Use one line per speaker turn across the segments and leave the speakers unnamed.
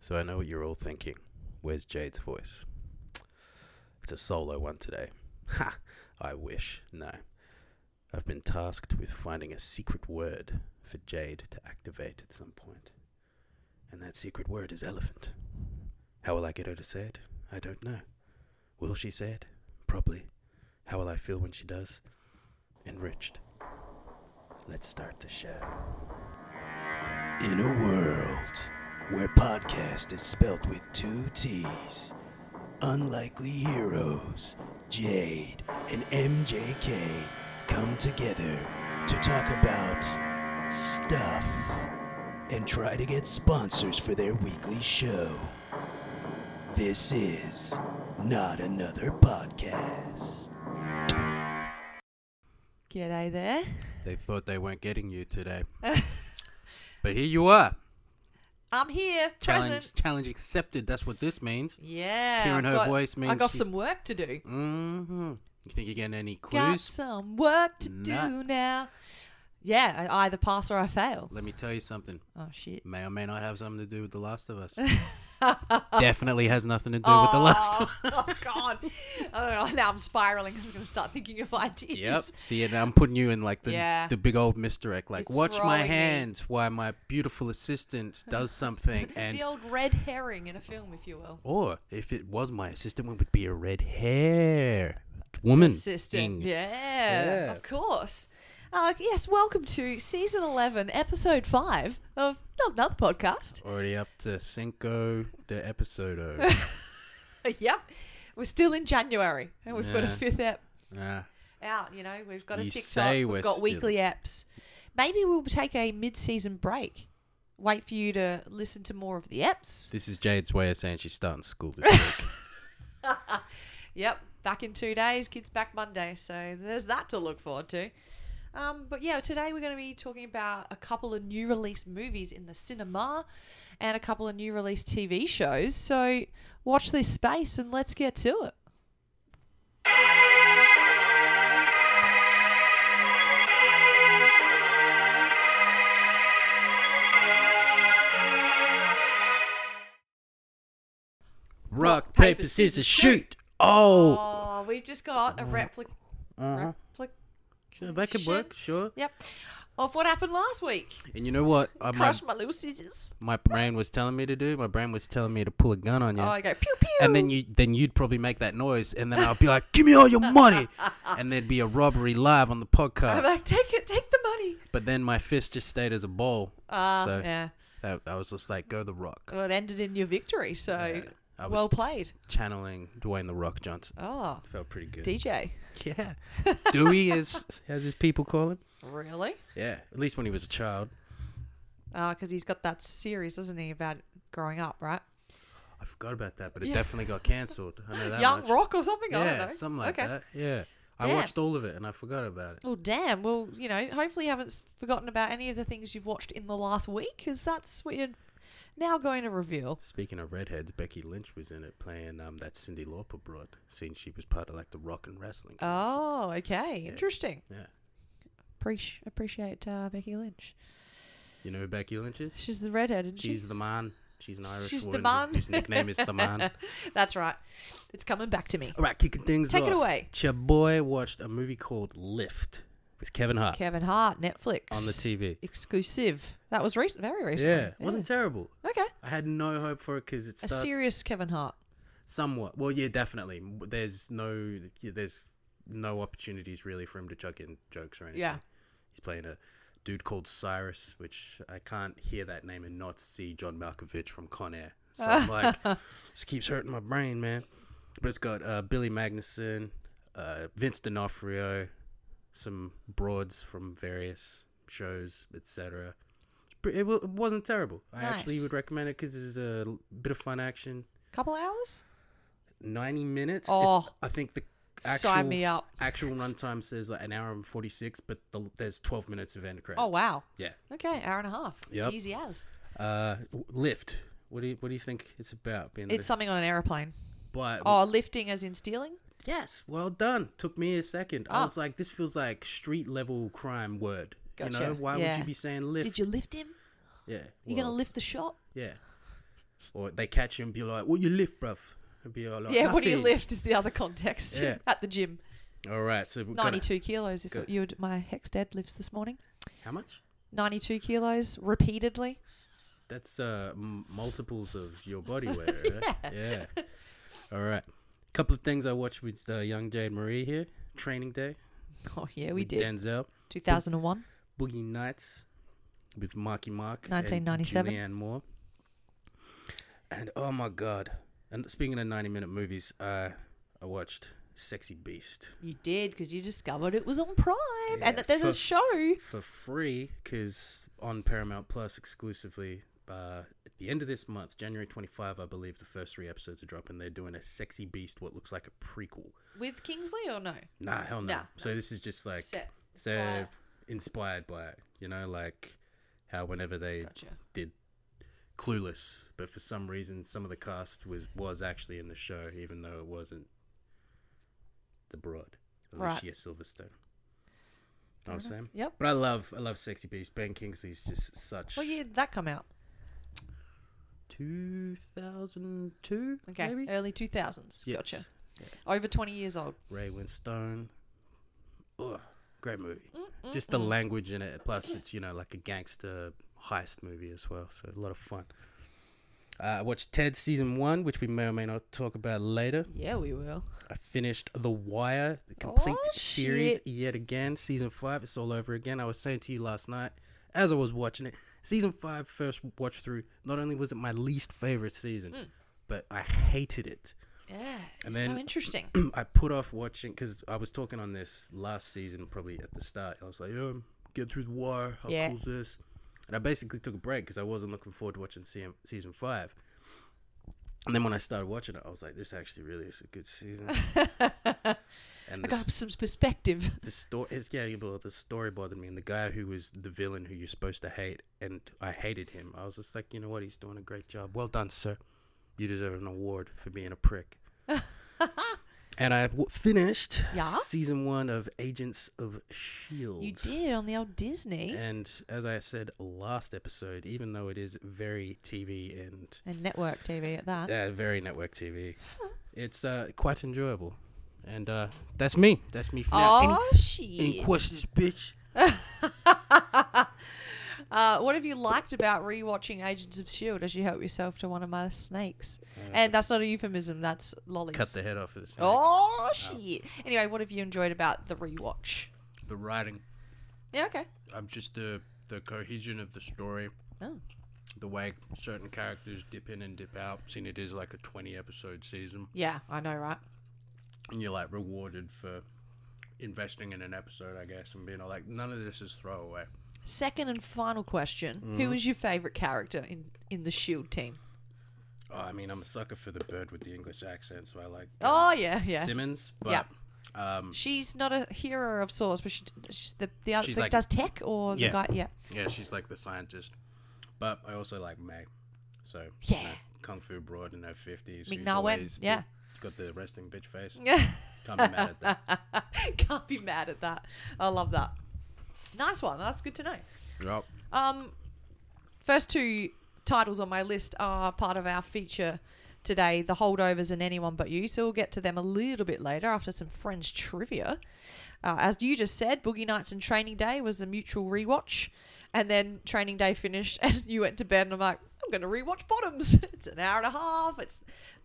So I know what you're all thinking. Where's Jade's voice? It's a solo one today. Ha! I wish. No. I've been tasked with finding a secret word for Jade to activate at some point. And that secret word is elephant. How will I get her to say it? I don't know. Will she say it? Probably. How will I feel when she does? Enriched. Let's start the show.
In a world where podcast is spelt with two T's, unlikely heroes, Jade and MJK come together to talk about stuff and try to get sponsors for their weekly show. This is not another podcast.
G'day there.
They thought they weren't getting you today. but here you are.
I'm here,
Challenge,
present.
challenge accepted. That's what this means.
Yeah.
Hearing
I've
her voice means
I got
she's-
some work to do.
Mm-hmm. You think you're getting any clues?
Got some work to
Nah.
do now. Yeah, I either pass or I fail.
Let me tell you something.
Oh shit.
May or may not have something to do with The Last of Us. Definitely has nothing to do with The Last of
Oh, oh god. I don't know. Now I'm spiraling. I'm gonna start thinking of ideas.
Yep. See, and I'm putting you in like the
Yeah.
the big old misdirect. Like,
You're
watch my
throwing me.
hands while my beautiful assistant does something. And
the old red herring in a film, if you will.
or if it was my assistant, it would be a red hair woman. thing.
Assistant. Yeah,
Yeah.
Of course. Uh, yes, welcome to season eleven, episode five of Not Another Podcast.
Already up to Cinco de Episodo.
yep. We're still in January and we've got a
Yeah.
fifth app
Ah,
out, you know. We've got a
You
TikTok,
say
we've
we're
got
still-
weekly apps. Maybe we'll take a mid-season break. Wait for you to listen to more of the apps.
this is Jade's way of saying she's starting school this week.
Yep, back in 2 days, kids back Monday, so there's that to look forward to. Um, but yeah, today we're going to be talking about a couple of new release movies in the cinema and a couple of new release TV shows. So watch this space and let's get to it.
Rock, paper, scissors, shoot! Oh,
Oh, we've just got a replica.
Uh-huh. Sure, that could work. Sure.
Yep. Of what happened last week.
And you know what? I, my
Crush my little scissors.
my brain was telling me to do. My brain was telling me to pull a gun on you.
Oh, I go pew pew.
and then you then you'd probably make that noise and then I'd be like give me all your money and there'd be a robbery live on the
I'm
podcast
like, take it, take the money.
but then my fist just stayed as a ball
Uh,
so
yeah.
that, I was just like go the rock
Well, it ended in your victory, so
Yeah, I was-
well played.
channeling Dwayne the Rock Johnson
Oh,
felt pretty good
DJ.
yeah Dewey is as his people call him
Really?
yeah at least when he was a child
Because Uh, he's got that series, doesn't he, about growing up, right?
I forgot about that but it
Yeah.
definitely got cancelled I know that
Young
much.
Rock or something? I don't
yeah
know.
something like
okay.
that yeah I
Damn.
watched all of it and I forgot about it
Well, damn. Well, you know, hopefully you haven't s- forgotten about any of the things you've watched in the last week, because that's what you're now going to reveal.
Speaking of redheads, Becky Lynch was in it playing um, that Cindy Lauper broad, since she was part of like the rock and wrestling.
Oh, okay. Interesting.
Yeah.
Appreci- appreciate uh, Becky Lynch.
You know who Becky Lynch is?
She's the redhead, isn't she?
She's the man. She's an Irish
She's the
woman
man.
whose nickname is the man. All
That's right. It's coming back to me.
right, kicking things
Take it
off.
away.
Your boy watched a movie called Lift with Kevin Hart
Kevin Hart, Netflix.
on the TV.
Exclusive. That was recent, very recent.
Yeah, it wasn't terrible.
Okay.
I had no hope for it because it
A
starts
serious Kevin Hart.
somewhat. Well, yeah, definitely. There's no, there's no opportunities really for him to chuck in jokes or anything.
Yeah.
He's playing a dude called Cyrus, which I can't hear that name and not see John Malkovich from Con Air. So I'm like, this keeps hurting my brain, man. But it's got uh, Billy Magnuson, uh, Vince D'Onofrio, some broads from various shows, etc. It's pre- It, wa- it wasn't terrible. I actually
Nice.
would recommend it because it's a l- bit of fun action.
Couple hours?
90 minutes. It's,
Oh.
I think the actual,
Sign me up.
actual runtime says like an hour and 46, but the, there's 12 minutes of end credits.
Oh, wow.
Yeah.
Okay, hour and a half.
Yep.
Easy as.
Uh, Lyft. What do you What do you think it's about? Being
It's
the,
something on an airplane.
but
Oh, lifting as in stealing?
yes, well done. Took me a second. I
Oh.
was like, this feels like street level crime word. You know
Gotcha.
why would
Yeah.
you be saying Lyft?
Did you lift him?
Yeah.
You
well,
gonna lift the shot?
Yeah. Or they catch you and be like, "What you lift, bruv?" And be like,
yeah, what do you
"Nothing."
lift is the other context
Yeah.
at the gym.
All right, so we've got a-
92 kilos. If
Good.
you would, my hex dead lifts this morning.
how much?
92 kilos repeatedly.
That's uh, m- multiples of your body weight, right? yeah. All right. couple of things I watched with uh, young Jade Marie here. Training Day.
Oh yeah, we
with
did.
Denzel.
2001.
Boogie Nights with Marky Mark. and
1997.
Julianne Moore. And oh my God. And speaking of 90 minute movies, uh, I watched Sexy Beast.
You did because you discovered it was on Prime
Yeah,
and that there's
for
a
f-
show.
for free because on Paramount Plus exclusively. Uh, at the end of this month, January 25, I believe the first three episodes are dropping. They're doing a sexy beast, what looks like a prequel.
With Kingsley or no?
Nah, hell no.
Nah,
So this is just like
Set.
so
Inspired.
inspired by it, you know, like how whenever they
Gotcha.
did Clueless, but for some reason some of the cast was was actually in the show, even though it wasn't the broad Alicia Silverstone. Know what I'm saying?
Yep.
But I love I love Sexy Beast. Ben Kingsley's just such
What year did that come out?
2002
Okay,
maybe?
early 2000s.
Yes.
Gotcha. Over 20 years old.
Ray Winstone. Oh, great movie. Just the language in it. Plus, it's you know like a gangster heist movie as well. So a lot of fun. Uh, I watched Ted season one, which we may or may not talk about later.
Yeah, we will.
I finished The Wire, the complete
Oh,
series
shit.
yet again. Season five, it's all over again. I was saying to you last night as I was watching it, season five first watch through. Not only was it my least favorite season,
Mm.
but I hated it.
Yeah,
And
it's so
then-
interesting.
I put off watching because I was talking on this last season, probably at the start. I was like, "Yeah, get through the wire. How
Yeah.
cool's this?" And I basically took a break because I wasn't looking forward to watching se- season five. And then when I started watching it, I was like, "This actually really is a good season." and
I
the,
got
s-
some perspective.
the story, it's, yeah, yeah, but the story bothered me, and the guy who was the villain who you're supposed to hate, and I hated him. I was just like, you know what? He's doing a great job. Well done, sir. You deserve an award for being a prick. And I w- finished
Yeah?
season one of Agents of S.H.I.E.L.D.
You did on the old Disney
E And as I said last episode, even though it is very TV and
and network TV at that.
uh, very network TV, it's uh, quite enjoyable. And uh, that's me. That's me for now. Any,
Oh,
any
shit.
questions, bitch?
Uh, what have you liked about rewatching Agents of S.H.I.E.L.D. E as you help yourself to one of my snakes? and that's not a euphemism, that's lollies.
Uh, Cut the head off of this.
Oh, shit. Anyway, what have you enjoyed about the rewatch?
The writing,
Yeah, okay.
um, just the the cohesion of the story,
Oh.
the way certain characters dip in and dip out. Seeing it is like a twenty episode season.
Yeah, I know, right?
and you're like rewarded for investing in an episode, I guess, and being all like, none of this is throwaway.
Second and final question
Mm-hmm.
Who was your favourite character in, in the S.H.I.E.L.D. E team?
Oh, I mean, I'm a sucker for the bird with the English accent, so I like
Oh, yeah, yeah.
Simmons, but
Yeah.
um,
She's not a hero of sorts, but she, she's the, the other
She's
that
like-
does tech or
Yeah.
the guy. Yeah.
yeah, she's like the scientist. But I also like May, so you
Yeah.
know, Kung Fu broad in her fifties.
Ming-Na Wen, yeah.
got the resting bitch face. Can't be mad at that.
Can't be mad at that. I love that. Nice one. That's good to know.
Yup.
Um, first two titles on my list are part of our feature today The Holdovers and Anyone But You. So we'll get to them a little bit later after some French trivia. Uh, as you just said, Boogie Nights and Training Day was a mutual rewatch. And then Training Day finished, and you went to bed, and I'm like, I'm going to rewatch Bottoms. it's an hour and a half. It's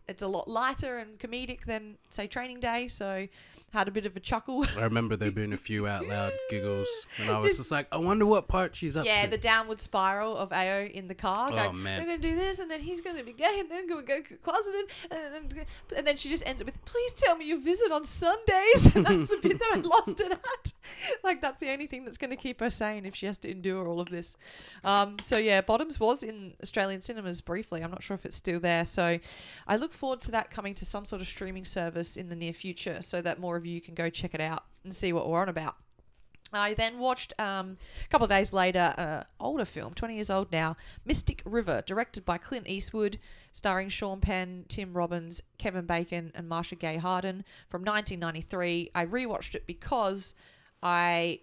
it's a lot lighter and comedic than say Training Day. So had a bit of a chuckle.
I remember there being a few out loud giggles, and I was just like, I wonder what part she's up
Yeah,
to.
the downward spiral of AO in the car.
Oh,
going,
man.
They're going to do this, and then he's going to be gay, and then going to go closeted, and then, and then she just ends it with, "Please tell me you visit on Sundays." And that's the bit that I lost it at. Like that's the only thing that's going to keep her sane if she has to endure all of this. Um, so yeah, Bottoms was in Australian cinemas briefly. I'm not sure if it's still there. So I look forward to that coming to some sort of streaming service in the near future, so that more of you can go check it out and see what we're on about. I then watched um, a couple of days later an older film, 20 years old now, Mystic River, directed by Clint Eastwood, starring Sean Penn, Tim Robbins, Kevin Bacon, and Marsha Gay Harden from 1993. I rewatched it because I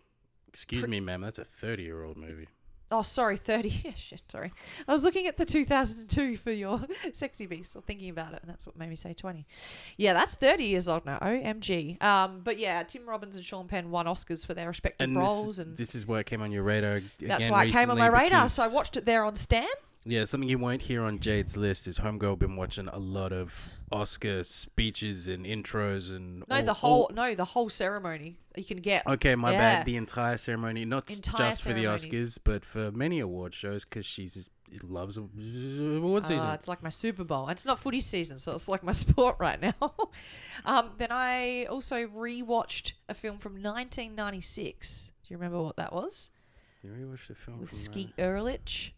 Excuse me, ma'am, that's a 30 year old movie.
Oh, sorry, 30. Yeah, shit, sorry. I was looking at the 2002 for your Sexy Beast or thinking about it, and that's what made me say 20. Yeah, that's 30 years old now. OMG. Um, but yeah, Tim Robbins and Sean Penn won Oscars for their respective
And
roles,
this,
and
this is why it came on your radar. ag-
that's
again
why it came on
recently
my radar.
because-
So I watched it there on Stan.
Yeah, something you won't hear on Jade's list is Homegirl been watching a lot of Oscar speeches and intros and
No,
all-
the whole
all-
no, the whole ceremony you can get.
Okay, my
Yeah.
bad. The entire ceremony, not s-
Entire
just for the
ceremonies.
Oscars, but for many award shows, because she's loves award
Uh,
season.
it's like my Super Bowl. It's not footy season, so it's like my sport right now. um, then I also rewatched a film from 1996. Do you remember what that was?
You rewatched the film
With
from
Skeet Erlich.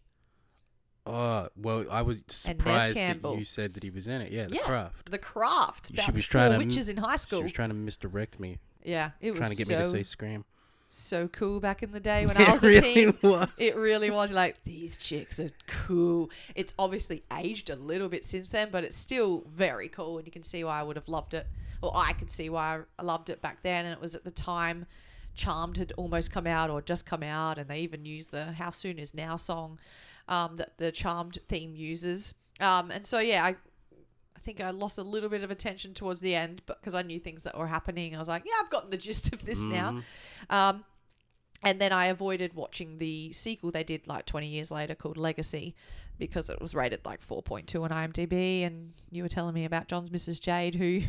that? Oh, well, I was surprised that
Campbell.
you said that he was in it. Yeah, The
yeah,
Craft.
The Craft.
She
about
was
four
trying to m-
witches in high
She
school.
was trying to misdirect me,
yeah, it was
trying to get
so
me to say Scream.
so cool back in the day when
It
I was a
really
teen.
was.
It really was like these chicks are cool. It's obviously aged a little bit since then, but it's still very cool, and you can see why I would have loved it. Well, I could see why I loved it back then, and it was at the time Charmed had almost come out or just come out, and they even used the "How Soon Is Now" song um, that the Charmed theme uses. Um, and so yeah, I I think I lost a little bit of attention towards the end, but because I knew things that were happening, I was like, yeah, I've gotten the gist of this
Mm.
now. Um, and then I avoided watching the sequel they did like 20 years later called Legacy because it was rated like 4.2 on IMDb. And you were telling me about John's Mrs. Jade, who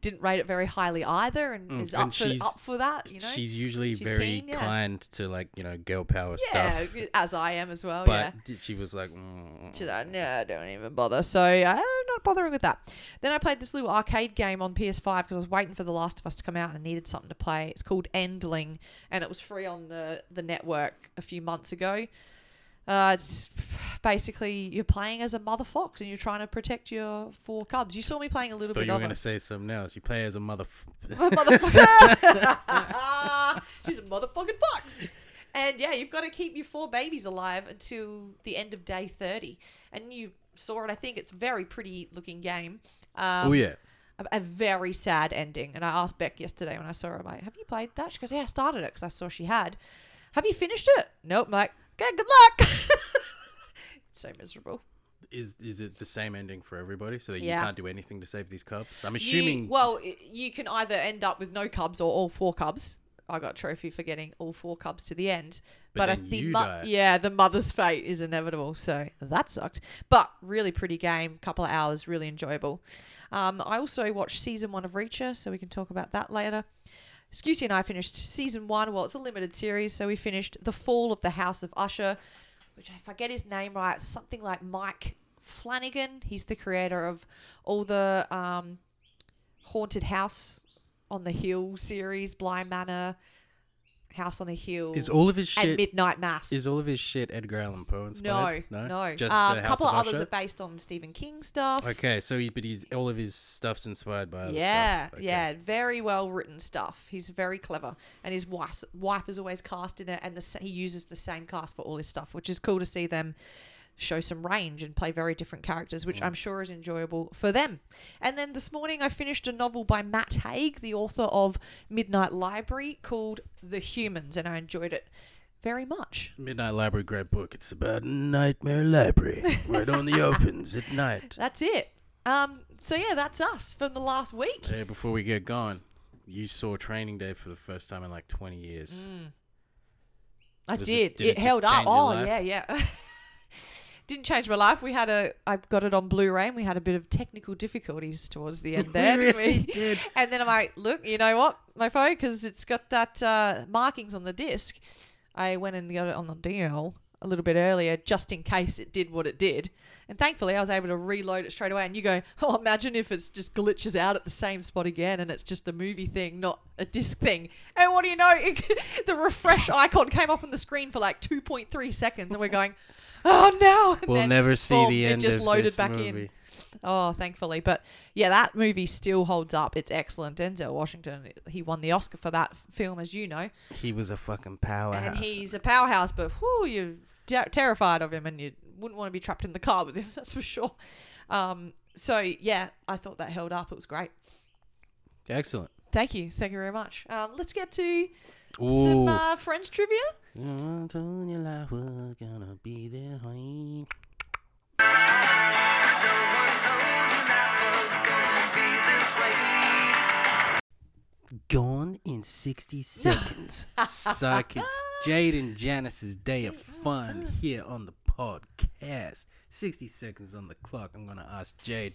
didn't rate it very highly either and is
Mm, and
up for,
she's-
up for that, you know?
she's usually
She's
very
keen, yeah.
kind to like you know girl power
yeah,
stuff,
as I am as well.
but
yeah.
did- she was like, mm,
She's like, no, don't even bother. So I'm not bothering with that. Then I played this little arcade game on PS5 because I was waiting for The Last of Us to come out and I needed something to play. It's called Endling, and it was free on the, the network a few months ago. Uh, it's basically you're playing as a mother fox and you're trying to protect your four cubs. You saw me playing a little
thought
bit
you were
of
gonna
it.
say something else. You play as a mother. F-
Um, motherfucker. She's a motherfucking fox. And yeah, you've got to keep your four babies alive until the end of day 30. And you saw it, I think it's a very pretty looking game. Um,
oh yeah,
a, a very sad ending. And I asked Beck yesterday when I saw her, I'm like, have you played that? She goes, yeah, I started it because I saw she had. Have you finished it? Nope. I'm like, okay, good luck. so miserable.
is is it the same ending for everybody? So that
Yeah.
you can't do anything to save these cubs. I'm
You-
assuming.
well, i- you can either end up with no cubs or all four cubs. I got a trophy for getting all four cubs to the end,
But
but, I
then
think
you
mo-
die.
yeah, the mother's fate is inevitable. So that sucked. But really pretty game, couple of hours, really enjoyable. Um, I also watched season one of Reacher, so we can talk about that later. Scusi and I finished season one. Well, it's a limited series, so we finished The Fall of the House of Usher, which if I get his name right, it's something like Mike Flanagan. He's the creator of all the um, Haunted House on the Hill series, Blind Manor, House on a Hill,
is all of his
and
shit
Midnight Mass.
is all of his shit Edgar Allan Poe
no,
inspired?
no,
just
Um,
the House
couple
of,
of others
Usher?
are based on Stephen King stuff.
Okay, so he, but he's all of his stuff's inspired by. Other
Yeah,
stuff. Okay.
yeah, very well written stuff. He's very clever, and his wife wife is always cast in it, and the, sa- he uses the same cast for all his stuff, which is cool to see them show some range and play very different characters,
Mm.
which I'm sure is enjoyable for them. And then this morning I finished a novel by Matt Haig, the author of Midnight Library, called The Humans, and I enjoyed it very much.
Midnight Library, great book. It's about a nightmare library where it only opens at night.
That's it. Um, so yeah, that's us from the last week.
Hey, before we get going, you saw Training Day for the first time in like 20 years.
Mm. I
Does
did.
it-
It,
did it just
held up.
change your
Oh
life?
yeah, yeah. Didn't change my life. We had a. I got it on Blu-ray, and we had a bit of technical difficulties towards the end there. didn't
really did.
And then I'm like, look, you know what, my phone, because it's got that uh, markings on the disc. I went and got it on the deal a little bit earlier, just in case it did what it did. And thankfully, I was able to reload it straight away. And you go, oh, imagine if it's just glitches out at the same spot again, and it's just the movie thing, not a disc thing. And what do you know? It, the refresh icon came up on the screen for like 2.3 seconds, and we're going, oh no! And
We'll
then,
never see
boom,
the
it
end
just
of
loaded
this
back in.
movie.
Oh, thankfully. But yeah, that movie still holds up. It's excellent. Denzel Washington, he won the Oscar for that film, as you know.
He was a fucking powerhouse.
And he's a powerhouse, but whew, you're ter- terrified of him and you wouldn't want to be trapped in the car with him, that's for sure. Um, so yeah, I thought that held up. It was great.
Excellent.
Thank you. Thank you very much. Um, let's get to
Ooh.
some uh, French trivia.
I told you life was gonna be this way. Gone in 60 seconds. Suck it's Jade and Janice's day of fun here on the podcast. 60 seconds on the clock. I'm going to ask Jade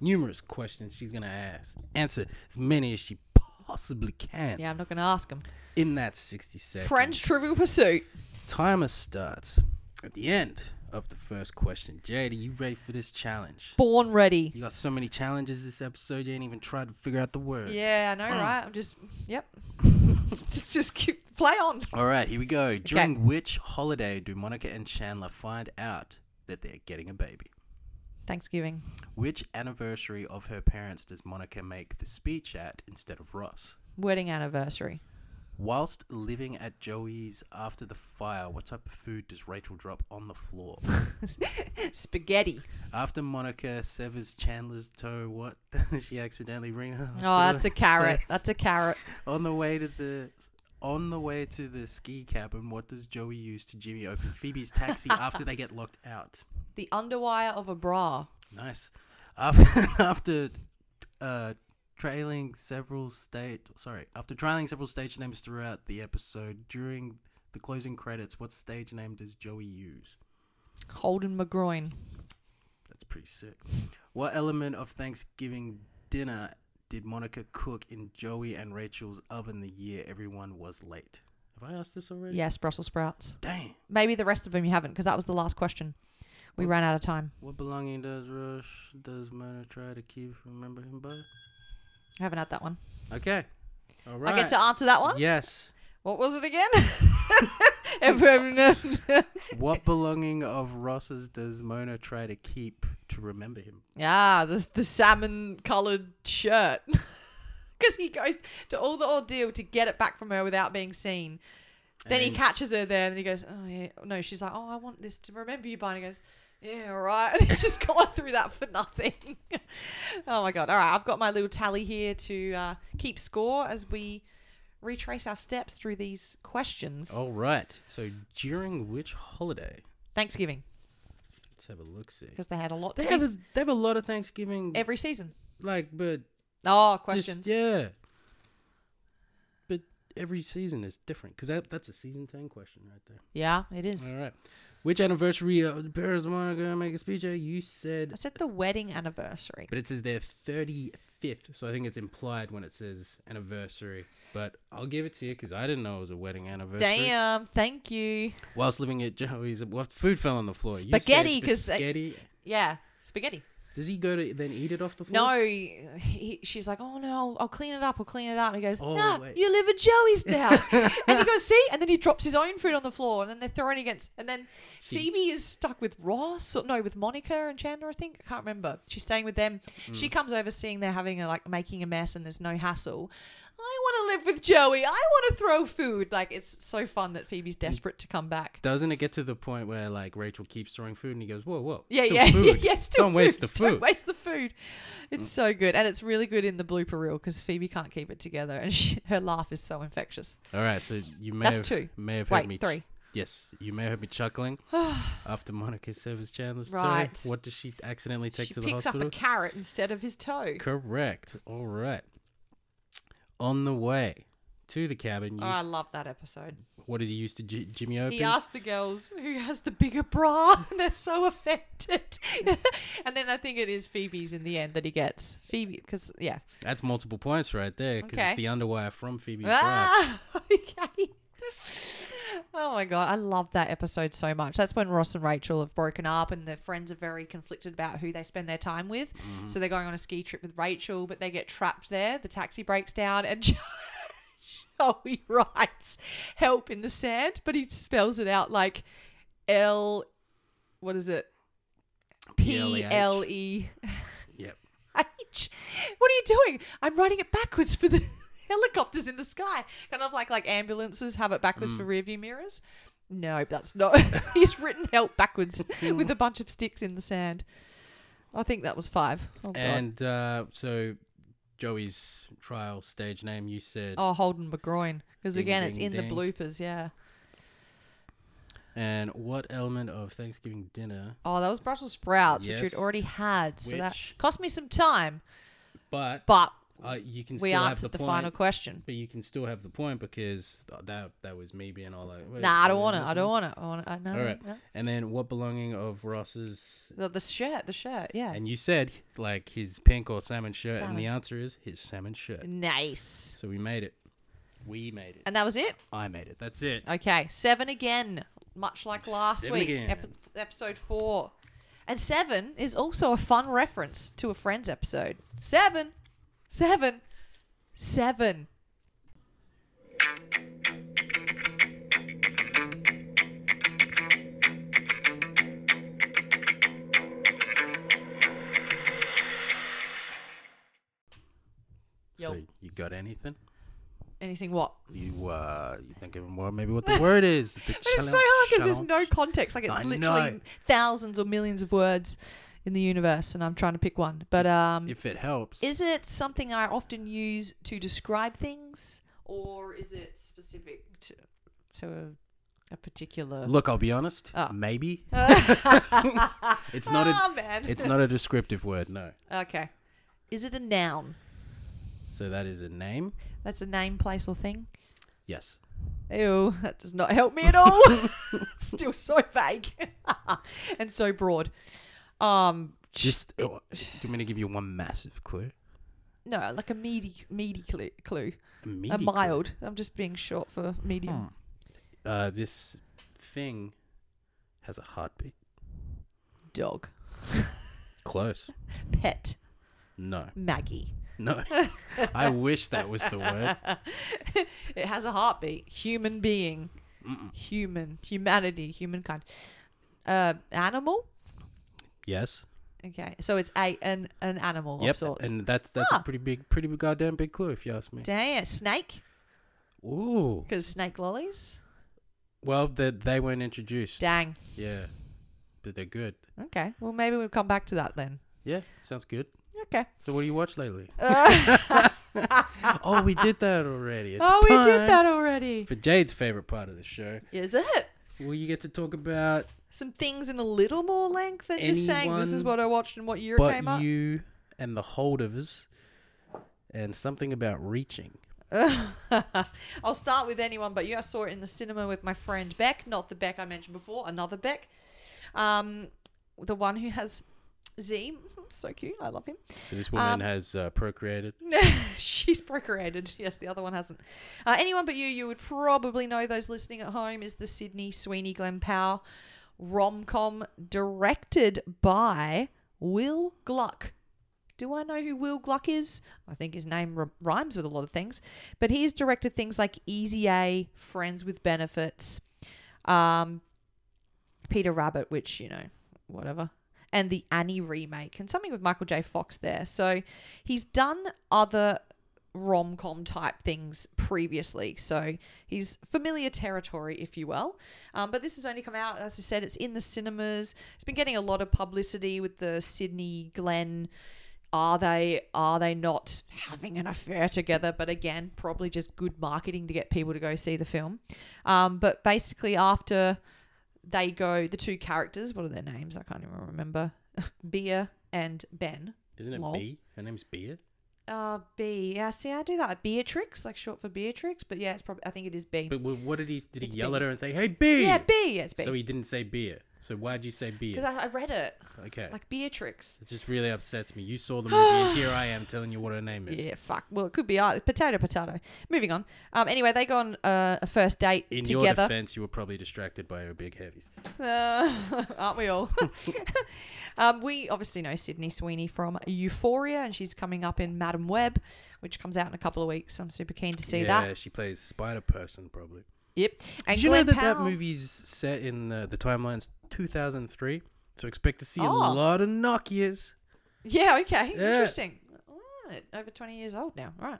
numerous questions she's going to ask. Answer as many as she possibly can
Yeah, I'm not going to ask them.
in that 60 seconds.
French Trivial Pursuit.
Timer starts at the end of the first question. Jade, are you ready for this challenge?
Born ready.
You got so many challenges this episode, you ain't even tried to figure out the word.
Yeah, I know, right? I'm just, yep. just keep, play on.
All right, here we go. During which holiday do Monica and Chandler find out that they're getting a baby?
Thanksgiving.
Which anniversary of her parents does Monica make the speech at instead of Ross?
Wedding anniversary.
Whilst living at Joey's after the fire, what type of food does Rachel drop on the floor?
Spaghetti.
After Monica severs Chandler's toe, what she accidentally rings?
Oh, that's a carrot. That's a carrot.
on the way to the on the way to the ski cabin. What does Joey use to Jimmy open Phoebe's taxi after they get locked out?
The underwire of a bra.
Nice. After after uh, trailing several state sorry after trailing several stage names throughout the episode during the closing credits, what stage name does Joey use?
Holden McGroin.
That's pretty sick. What element of Thanksgiving dinner did Monica cook in Joey and Rachel's oven the year everyone was late? Have I asked this already?
Yes, Brussels sprouts.
Dang.
Maybe the rest of them you haven't, because that was the last question. We ran out of time.
What belonging does Rush does Mona try to keep remember him by?
I haven't had that one.
Okay. All right.
I get to answer that one.
Yes.
What was it again? If I'm not-
What belonging of Ross's does Mona try to keep to remember him?
yeah, the, the salmon coloured shirt. Because he goes to all the ordeal to get it back from her without being seen. Then he
And-
catches her there and he goes, Oh, yeah. No, she's like, Oh, I want this to remember you by. And he goes, Yeah, all right. And he's just gone through that for nothing. oh, my God. All right. I've got my little tally here to uh, keep score as we retrace our steps through these questions.
All right. So during which holiday?
Thanksgiving,
Let's have a look. See.
because they had a lot
They
to
have
eat
a, they have a lot of Thanksgiving
every season.
like, but
Oh, questions.
Just, yeah. But every season is different because that, that's a season 10 question right there.
yeah. it is.
All right. Which anniversary of the Paris Monica make a speech? at? You
I
said.
said the wedding anniversary.
But it says their 35th. So I think it's implied when it says anniversary. But I'll give it to you because I didn't know it was a wedding anniversary.
Damn, thank you.
Whilst living at Joey's, what food fell on the floor? You said
Spaghetti, 'cause they-
Spaghetti.
Yeah, spaghetti.
Does he go to then eat it off the floor?
No, he, she's like, oh no, I'll, I'll clean it up, I'll clean it up. And he goes,
Oh,
nah,
wait.
you live at Joey's now. and he goes, see? And then he drops his own food on the floor, and then they're thrown against. And then Phoebe is stuck with Ross, or no, with Monica and Chandler, I think. I can't remember. She's staying with them.
Hmm.
She comes over seeing they're having a, like making a mess and there's no hassle. I want to live with Joey. I want to throw food. Like, it's so fun that Phoebe's
Mm.
desperate to come back.
Doesn't it get to the point where like Rachel keeps throwing food and he goes, "Whoa, whoa,
Yeah,
still
yeah,
food.
yeah. Still
don't waste the
Don't
food."
waste the food. It's so good, and it's really good in the blooper reel because Phoebe can't keep it together, and she, her laugh is so infectious.
All right, so you may
That's
have
two.
may have
Wait,
heard me ch-
three.
yes, you may have heard me chuckling after Monica severs Chandler's
Right.
toe. What does she accidentally take
she
to the
picks up
hospital?
a carrot instead of his toe.
Correct. All right. On the way to the cabin, you,
Oh, I love that episode.
what did he use to J- Jimmy open?
He asked the girls who has the bigger bra, and they're so affected. and then I think it is Phoebe's in the end that he gets Phoebe because yeah.
That's multiple points right there because
Okay.
it's the underwire from Phoebe's life.
Ah, okay. Oh my god, I love that episode so much. That's when Ross and Rachel have broken up, and their friends are very conflicted about who they spend their time with. So they're going on a ski trip with Rachel, but they get trapped there. The taxi breaks down, and Joey writes "help" in the sand, but he spells it out like L. What is it? P
PLEH.
L E
Yep.
H. What are you doing? I'm writing it backwards for the helicopters in the sky. Kind of like like ambulances have it backwards for
Mm.
rearview mirrors. No, that's not. He's written help backwards with a bunch Oh, of sticks in the sand. I think that was five. Oh, God.
And uh, so Joey's trial stage name, you said,
Oh, Holden McGroin. Because
Ding,
again, it's
ding,
in
ding.
the bloopers. Yeah.
and what element of Thanksgiving dinner?
Oh, that was Brussels sprouts, which
Yes.
we'd already had. So that
Which-
cost me some time,
But
but
uh, you can
we
still have
answered the,
point,
final question.
But you can still have the point because th- that that was me being all like, "Wait,
Nah, I don't
uh,
want it.
what belong-"
I don't want it. I want it. No,
All right,
no.
and then what belonging of Ross's?
The, the shirt, the shirt, yeah.
And you said like his pink or salmon shirt, and the answer is his salmon shirt.
nice.
So we made it. We made it.
And that was it.
I made it. That's it.
Okay, seven again, much like last
Seven
week,
again.
ep- episode four. And seven is also a fun reference to a Friends episode. Seven, seven, seven.
So
Yo.
you got anything?
Anything what?
You uh, you thinking well maybe what the word is? The
But it's so hard because there's
challenge.
no context. Like it's
I
literally
know.
thousands or millions of words in the universe, and I'm trying to pick one. But um,
If it helps,
Is it something I often use to describe things, or is it specific to, to a, a particular?
look, I'll be honest.
Oh.
Maybe it's not a
oh man.
it's not a descriptive word. No.
okay. Is it a noun?
So that is a name.
That's a name, place, or thing.
Yes.
Ew, that does not help me at all. it's still so vague and so broad. Um,
Just oh, do you mean to give you one massive clue?
no, like a meaty, meaty clue. clue.
A, meaty
A
clue.
mild. I'm just being short for medium.
Uh, this thing has a heartbeat.
Dog,
Close.
pet,
No.
Maggie.
No. I wish that was the word.
it has a heartbeat. Human being. Human. Humanity. Humankind. Uh, animal?
Yes.
Okay. So it's a an, an animal of
Yep.
sorts.
And that's that's
Ah.
a pretty big, pretty goddamn big clue if you ask me.
Dang, a snake?
Ooh.
Because snake lollies?
Well, they they weren't introduced.
Dang.
Yeah. But they're good.
Okay. Well, maybe we'll come back to that then.
Yeah. Sounds good.
Okay.
So what do you watch lately? oh, we did that already. It's
Uh. oh, we did
time
that already.
For Jade's favorite part of the show,
Is it?
where you get to talk about
Some things in a little more length than just saying this is
Anyone
what I watched and what year it came
but
up.
you and the holdovers, and something about reaching.
I'll start with anyone but you. I saw it in the cinema with my friend Beck, not the Beck I mentioned before, another Beck. Um, the one who has Z, so cute. I love him.
So this
Um,
woman has uh, procreated.
She's procreated. Yes, the other one hasn't. Uh, anyone but you, you would probably know those listening at home, is the Sydney Sweeney Glenn Powell rom com directed by Will Gluck. Do I know who Will Gluck is? I think his name r- rhymes with a lot of things, but he's directed things like Easy A, Friends with Benefits, um, Peter Rabbit, which, you know, whatever, and the Annie remake, and something with Michael J. Fox there. So he's done other rom com type things previously. So he's familiar territory, if you will. Um, but this has only come out, as I said, it's in the cinemas. It's been getting a lot of publicity with the Sydney Glen. Are they are they not having an affair together? But again, probably just good marketing to get people to go see the film. Um, but basically, after they go, the two characters, what are their names? I can't even remember. Bia and Ben.
Isn't it
Lol.
B? Her name's Beard.
Uh, B. Yeah, see, I do that. Beatrix, like short for Beatrix, but yeah, it's probably. I think it is B.
But wh- what did he? Did he
It's
yell
B.
at her and say, "Hey, B"?
yeah, B. Yeah, it's B.
So he didn't say beer. So why'd you say beer?
Because I, I read it,
okay.
like Beatrix.
it just really upsets me. You saw the movie, and here I am telling you what her name is.
Yeah, fuck. Well, it could be uh, potato, potato. Moving on. Um, anyway, they go on uh, a first date
In your
together.
defense, you were probably distracted by her big heavies.
Uh, aren't we all? um, we obviously know Sydney Sweeney from Euphoria, and she's coming up in Madam Web, which comes out in a couple of weeks. So I'm super keen to see
yeah,
that.
she plays Spider Person, probably.
Yep. And
Did you
Glenn
know that that
Powell-
movie's set in the, the timeline's 2003? So expect to see a
Oh.
lot of Nokias.
Yeah, okay.
Yeah.
Interesting. Alright, Over 20 years old now. All right.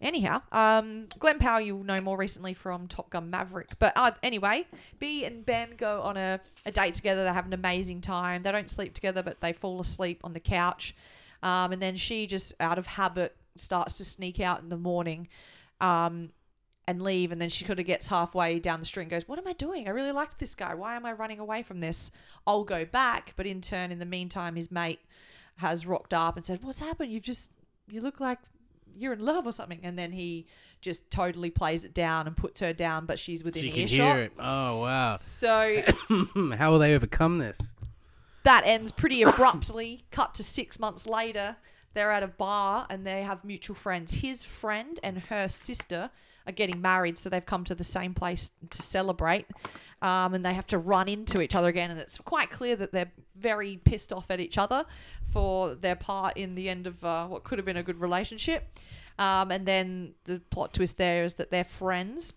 Anyhow, um, Glenn Powell, you'll know more recently from Top Gun Maverick. But uh, anyway, B and Ben go on a, a date together. They have an amazing time. They don't sleep together, but they fall asleep on the couch. Um, and then she just out of habit starts to sneak out in the morning. Um, and leave. And then she sort of gets halfway down the street and goes, What am I doing? I really liked this guy. Why am I running away from this? I'll go back. But in turn, in the meantime, his mate has rocked up and said, What's happened? You've just, you look like you're in love or something. And then he just totally plays it down and puts her down, but she's within
She can
earshot.
hear it. Oh wow!
So
How will they overcome this?
that ends pretty abruptly. Cut to six months later. They're at a bar and they have mutual friends. His friend and her sister are getting married, so they've come to the same place to celebrate. Um, and they have to run into each other again. And it's quite clear that they're very pissed off at each other for their part in the end of uh, what could have been a good relationship. Um, and then the plot twist there is that they're friends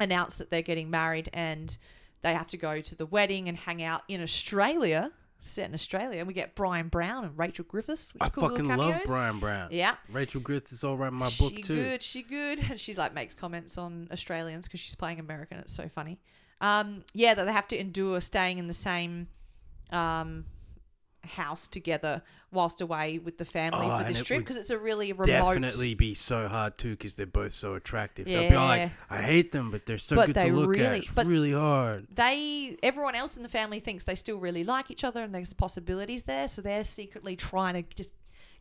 announce that they're getting married and they have to go to the wedding and hang out in Australia, set in Australia. And we get Brian Brown and Rachel Griffiths. Which
I
are cool little
fucking love
cameos.
Brian Brown.
Yeah.
Rachel Griffiths is all right in my book
she
too.
good, she good. And she's like makes comments on Australians because she's playing American. It's so funny. Um, yeah, that they have to endure staying in the same um, house together whilst away with the family
Oh,
for
and
this
it
trip
would
because it's a really remote.
Definitely be so hard too because they're both so attractive. They'll be all
Yeah.
like, I hate them, but they're so
But
good
they
to look
really-
at. It's
but-
really hard.
they everyone else in the family thinks they still really like each other and there's possibilities there so they're secretly trying to just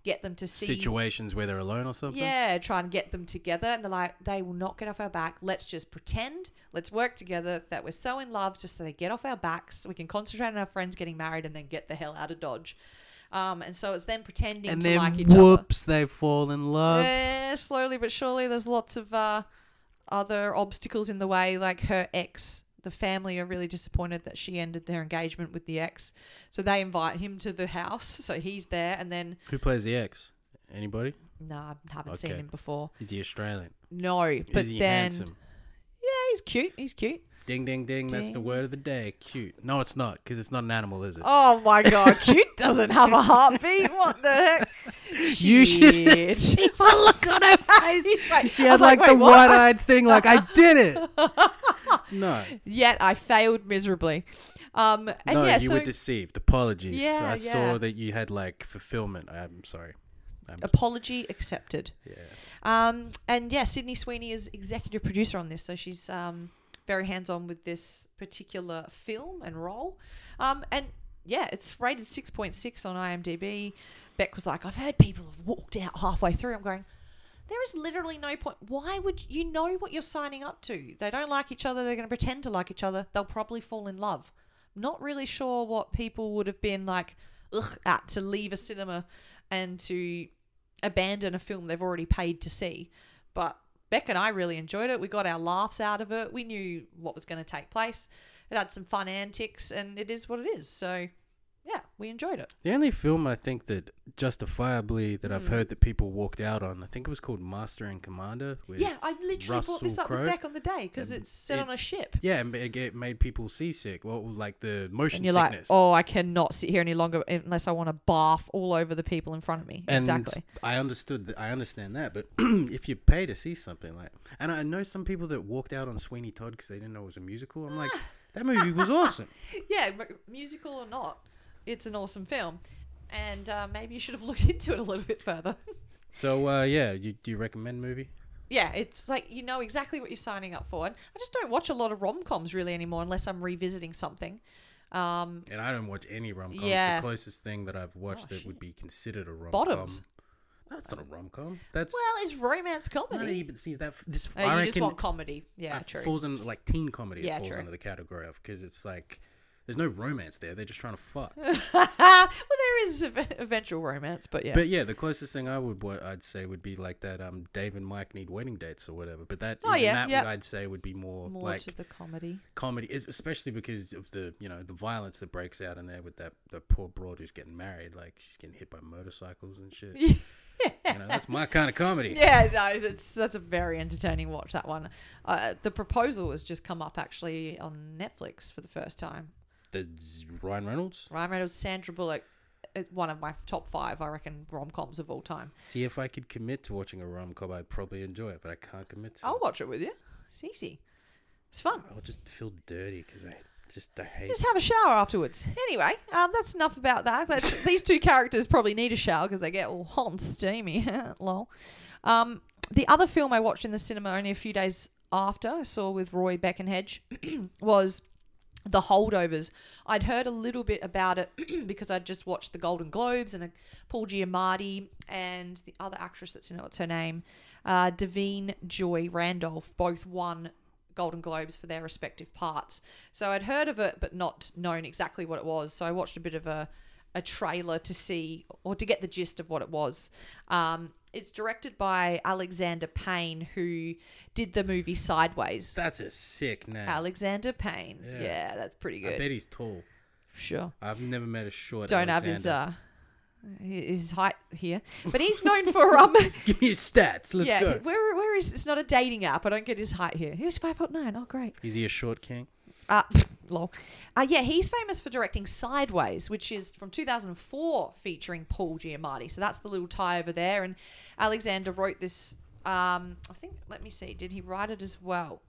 get them to see
Situations where they're alone or something.
yeah try and get them together and they're like they will not get off our back let's just pretend let's work together that we're so in love just so they get off our backs we can concentrate on our friends getting married and then get the hell out of dodge um, and so it's them pretending
And
to
then
like each other
whoops, they fall in love.
yeah, slowly but surely, there's lots of uh, other obstacles in the way. Like her ex, the family are really disappointed that she ended their engagement with the ex, so they invite him to the house. So he's there, and then
Who plays the ex? Anybody?
no, I haven't seen
Okay.
him before.
Is he Australian?
No, but
is he
then
handsome?
yeah, he's cute. He's cute.
Ding, ding, ding. That's the
Ding.
word of the day. Cute. No, it's not because it's not an animal, is it?
Oh my god, cute doesn't have a heartbeat. What the heck?
You should have
Shit. look on her face.
She had like, the wide eyed thing, like, I did it. no.
Yet I failed miserably. Um, and
no,
yeah,
you
so
were deceived. Apologies.
Yeah,
I
yeah.
saw that you had like fulfillment. I'm sorry.
apology accepted.
Yeah.
Um, and yeah, Sydney Sweeney is executive producer on this, so she's um, very hands on with this particular film and role. Um, and yeah, it's rated 6.6 on IMDb. Beck was like, I've heard people have walked out halfway through. I'm going, there is literally no point. Why would you know what you're signing up to? They don't like each other. They're going to pretend to like each other. They'll probably fall in love. Not really sure what people would have been like, ugh, at to leave a cinema and to abandon a film they've already paid to see. But Beck and I really enjoyed it. We got our laughs out of it. We knew what was going to take place. It had some fun antics, and it is what it is. So, yeah, we enjoyed it.
The only film I think that justifiably that
Hmm.
I've heard that people walked out on, I think it was called Master and Commander. With
yeah, I literally
Russell
brought this up
Crowe.
with Beck on the day because
And
it's set
it-
on a ship.
Yeah, and it, it made people seasick. Well, like the motion
And you're
sickness.
like, oh, I cannot sit here any longer unless I want to barf all over the people in front of me.
And
exactly.
I understood that. I understand that, but if you pay to see something like, and I know some people that walked out on Sweeney Todd because they didn't know it was a musical. I'm like, that movie was awesome.
Yeah, mu- musical or not, it's an awesome film. And uh, maybe you should have looked into it a little bit further.
So uh, yeah, you, do you recommend movie?
yeah, it's like you know exactly what you're signing up for. And I just don't watch a lot of rom coms really anymore unless I'm revisiting something. Um,
And I don't watch any rom coms.
Yeah.
The closest thing that I've watched that would be considered a rom com.
Bottoms.
That's not a rom com. That's
well, it's romance
no,
comedy.
even see that this.
Uh,
I
you just
reckon
want comedy. Yeah,
that
true.
falls in like teen comedy.
Yeah,
it falls
true.
under the category of because it's like there's no romance there. They're just trying to fuck.
well, there is ev- eventual romance, but yeah.
But yeah, the closest thing I would what I'd say would be like that. Um, Dave and Mike need wedding dates or whatever. But that
Oh,
even
yeah,
that
yeah.
would, I'd say would be more,
More
like
to the comedy.
comedy, es- especially because of the you know the violence that breaks out in there with that the poor broad who's getting married. Like she's getting hit by motorcycles and shit.
Yeah.
You know, that's my kind of comedy.
Yeah, no, it's that's a very entertaining watch. That one, uh, the proposal has just come up actually on Netflix for the first time.
The Ryan Reynolds.
Ryan Reynolds, Sandra Bullock, uh, one of my top five, I reckon, rom coms of all time.
See, if I could commit to watching a rom com, I'd probably enjoy it, but I can't commit to.
I'll
it.
watch it with you. It's easy. It's fun.
I'll just feel dirty because I Just I hate.
Just have a shower afterwards. Anyway, um, that's enough about that. That's, these two characters probably need a shower because they get all hot and steamy. Lol. Um, the other film I watched in the cinema only a few days after I saw with Roy Beckenhedge was The Holdovers. I'd heard a little bit about it because I'd just watched the Golden Globes and uh, Paul Giamatti and the other actress that's in it, what's her name? Uh, Devine Joy Randolph both won Golden Globes for their respective parts. So I'd heard of it, but not known exactly what it was. So I watched a bit of a a trailer to see or to get the gist of what it was. Um, it's directed by Alexander Payne, who did the movie Sideways.
That's a sick name.
Alexander Payne. Yeah,
Yeah.
that's pretty
I
good.
bet he's tall.
sure
I've never met a short.
don't have his
Alexander.
uh his height here, but he's known for um
Give me his stats. Let's
yeah
go.
where where is it's not a dating app. I don't get his height here. He was five foot nine. Oh great.
Is he a short king?
Uh, lol. Uh, yeah, he's famous for directing Sideways, which is from 2004, featuring Paul Giamatti. So that's the little tie over there. And Alexander wrote this. Um, I think. Let me see. Did he write it as well?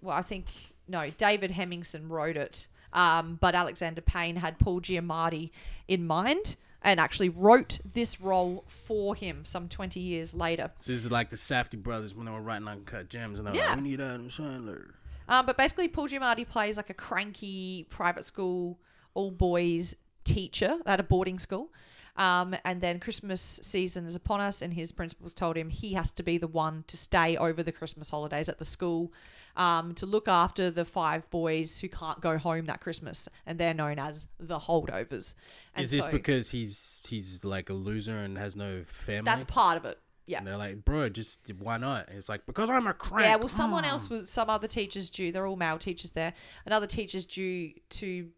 Well, I think no. David Hemmingson wrote it, um, but Alexander Payne had Paul Giamatti in mind and actually wrote this role for him some 20 years later.
So this is like the Safety brothers when they were writing Uncut Gems, and they were
Yeah.
like, "We need Adam Sandler."
Um, but basically, Paul Giamatti plays like a cranky private school all boys teacher at a boarding school. Um, and then Christmas season is upon us, and his principals told him he has to be the one to stay over the Christmas holidays at the school um, to look after the five boys who can't go home that Christmas, and they're known as the holdovers. And
Is this
so
because he's he's like a loser and has no family?
that's part of it? Yeah.
and they're like, "Bro, just why not?" And it's like because I'm a crank.
Yeah, well, someone
Mm.
else was, some other teacher's due, they're all male teachers there, another teacher's due to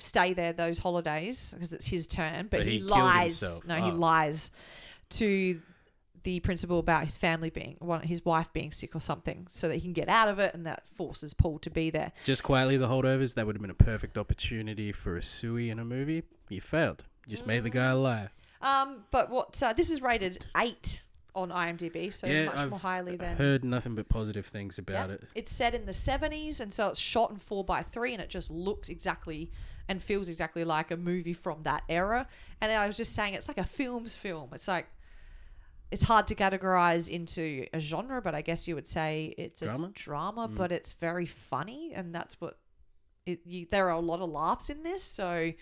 stay there those holidays because it's his turn, but,
But
he,
he killed
lies.
himself.
No, he
Oh.
lies to the principal about his family being, one, his wife being sick or something, so that he can get out of it, and that forces Paul to be there.
Just quietly, the holdovers. That would have been a perfect opportunity for a suey in a movie. You failed. You just made the guy
Mm.
lie.
Um, but what? Uh, this is rated eight on IMDb, so
yeah,
much
I've
more highly than
heard nothing but positive things about
Yep.
it.
It's set in the 70s, and so it's shot in 4x3, and it just looks exactly and feels exactly like a movie from that era. And I was just saying, it's like a film's film. It's like, it's hard to categorize into a genre, but I guess you would say it's a
Drama? Mm.
drama, but it's very funny, and that's what. It, you, there are a lot of laughs in this, so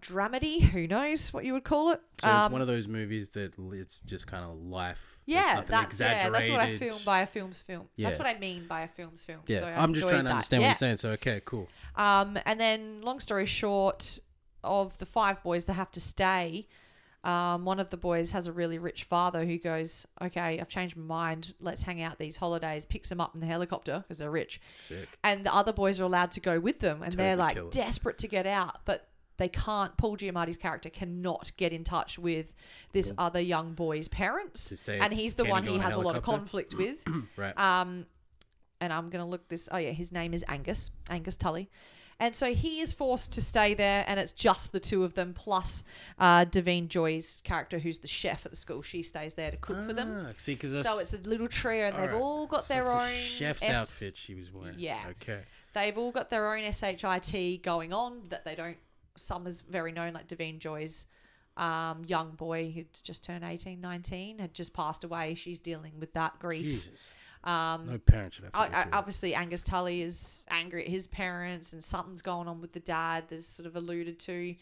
dramedy. Who knows what you would call it? Um,
So it's one of those movies that l- it's just kind of life. There's
yeah,
nothing
that's yeah, that's what I
exaggerated.
feel by a film's film. That's
Yeah.
what I mean by a film's film.
Yeah,
so I
I'm just
enjoyed
trying to
that.
understand what
Yeah.
you're saying. So okay, cool.
Um, and then, long story short, of the five boys that have to stay, um, one of the boys has a really rich father who goes, "Okay, I've changed my mind. Let's hang out these holidays." Picks them up in the helicopter because they're rich,
Sick.
and the other boys are allowed to go with them, and they're
Totally
like
kill it.
desperate to get out, but they can't. Paul Giamatti's character cannot get in touch with this other young boy's parents,
To say,
and he's the
"Can you
one
go
he
on a
has a lot of
helicopter?"
conflict with.
Right.
Um, and I'm gonna look this. Oh yeah, his name is Angus Angus Tully, and so he is forced to stay there, and it's just the two of them plus uh, Devine Joy's character, who's the chef at the school. She stays there to cook for them.
Ah, See, because
So it's a little trio, and they've
Alright.
all got their
it's a
own
chef's
S-
outfit she was wearing.
Yeah.
Okay.
They've all got their own shit going on that they don't. Some is very known, like Devine Joy's um, young boy who'd just turned 18, 19, had just passed away. She's dealing with that grief.
Jesus.
Um,
No parent should have. To
I,
go
I,
through that.
obviously Angus Tully is angry at his parents and something's going on with the dad that's sort of alluded to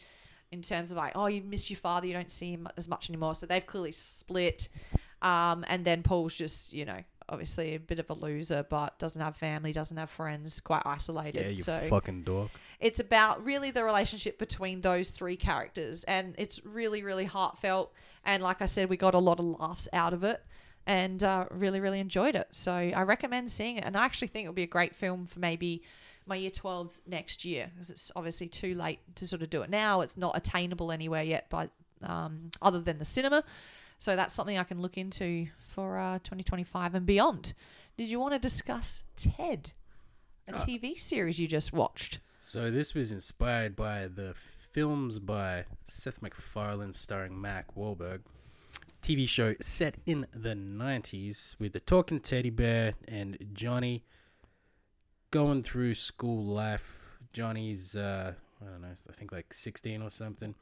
in terms of like oh you miss your father you don't see him as much anymore so they've clearly split um, and then Paul's just you know obviously a bit of a loser but doesn't have family doesn't have friends quite isolated
yeah, you
so
fucking dork.
it's about really the relationship between those three characters and it's really really heartfelt and like i said we got a lot of laughs out of it and uh, really really enjoyed it so i recommend seeing it and i actually think it'll be a great film for maybe my year 12s next year because it's obviously too late to sort of do it now it's not attainable anywhere yet by um, other than the cinema so that's something i can look into for uh, 2025 and beyond did you want to discuss ted a tv series you just watched
So this was inspired by the films by Seth MacFarlane starring Mark Wahlberg. TV show set in the 90s with the talking teddy bear and Johnny going through school life. Johnny's, uh, I don't know, I think like 16 or something.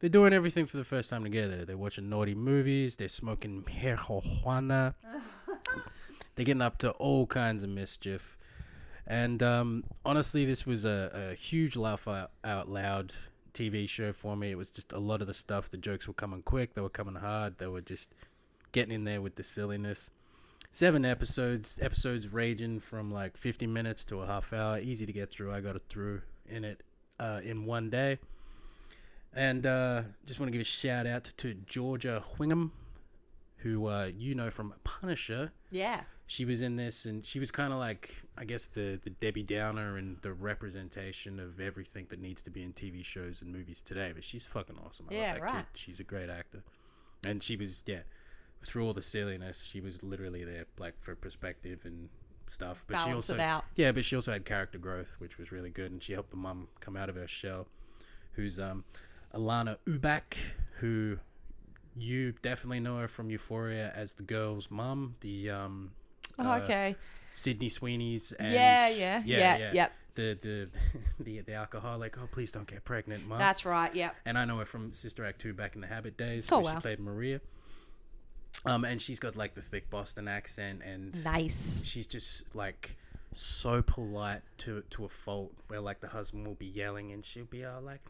They're doing everything for the first time together. They're watching naughty movies. They're smoking marijuana. they're getting up to all kinds of mischief. And um, honestly, this was a, a huge laugh out, out loud TV show for me. It was just a lot of the stuff. The jokes were coming quick. They were coming hard. They were just getting in there with the silliness. Seven episodes, episodes raging from like 50 minutes to a half hour. Easy to get through. I got it through in it uh, in one day. And uh, just want to give a shout out to Georgia Wingham, who uh, you know from Punisher
Yeah.
she was in this and she was kind of like i guess the the debbie downer and the representation of everything that needs to be in tv shows and movies today but she's fucking awesome i
Yeah,
love that kid
right.
she's a great actor and she was yeah through all the silliness she was literally there like for perspective and stuff but she
Balance
also
it out.
yeah but she also had character growth which was really good and she helped the mum come out of her shell who's um alana ubak who you definitely know her from Euphoria as the girl's mum, the um, uh,
Oh, okay.
Sydney Sweeney's. And
Yeah, yeah, yeah, yep.
The the the the alcoholic. Oh, please don't get pregnant, mum.
That's right. Yep.
and I know her from Sister Act two back in the Habit days,
Oh,
where she
wow.
played Maria. Um, and she's got like the thick Boston accent, and
Nice.
she's just like so polite to to a fault where like the husband will be yelling and she'll be all like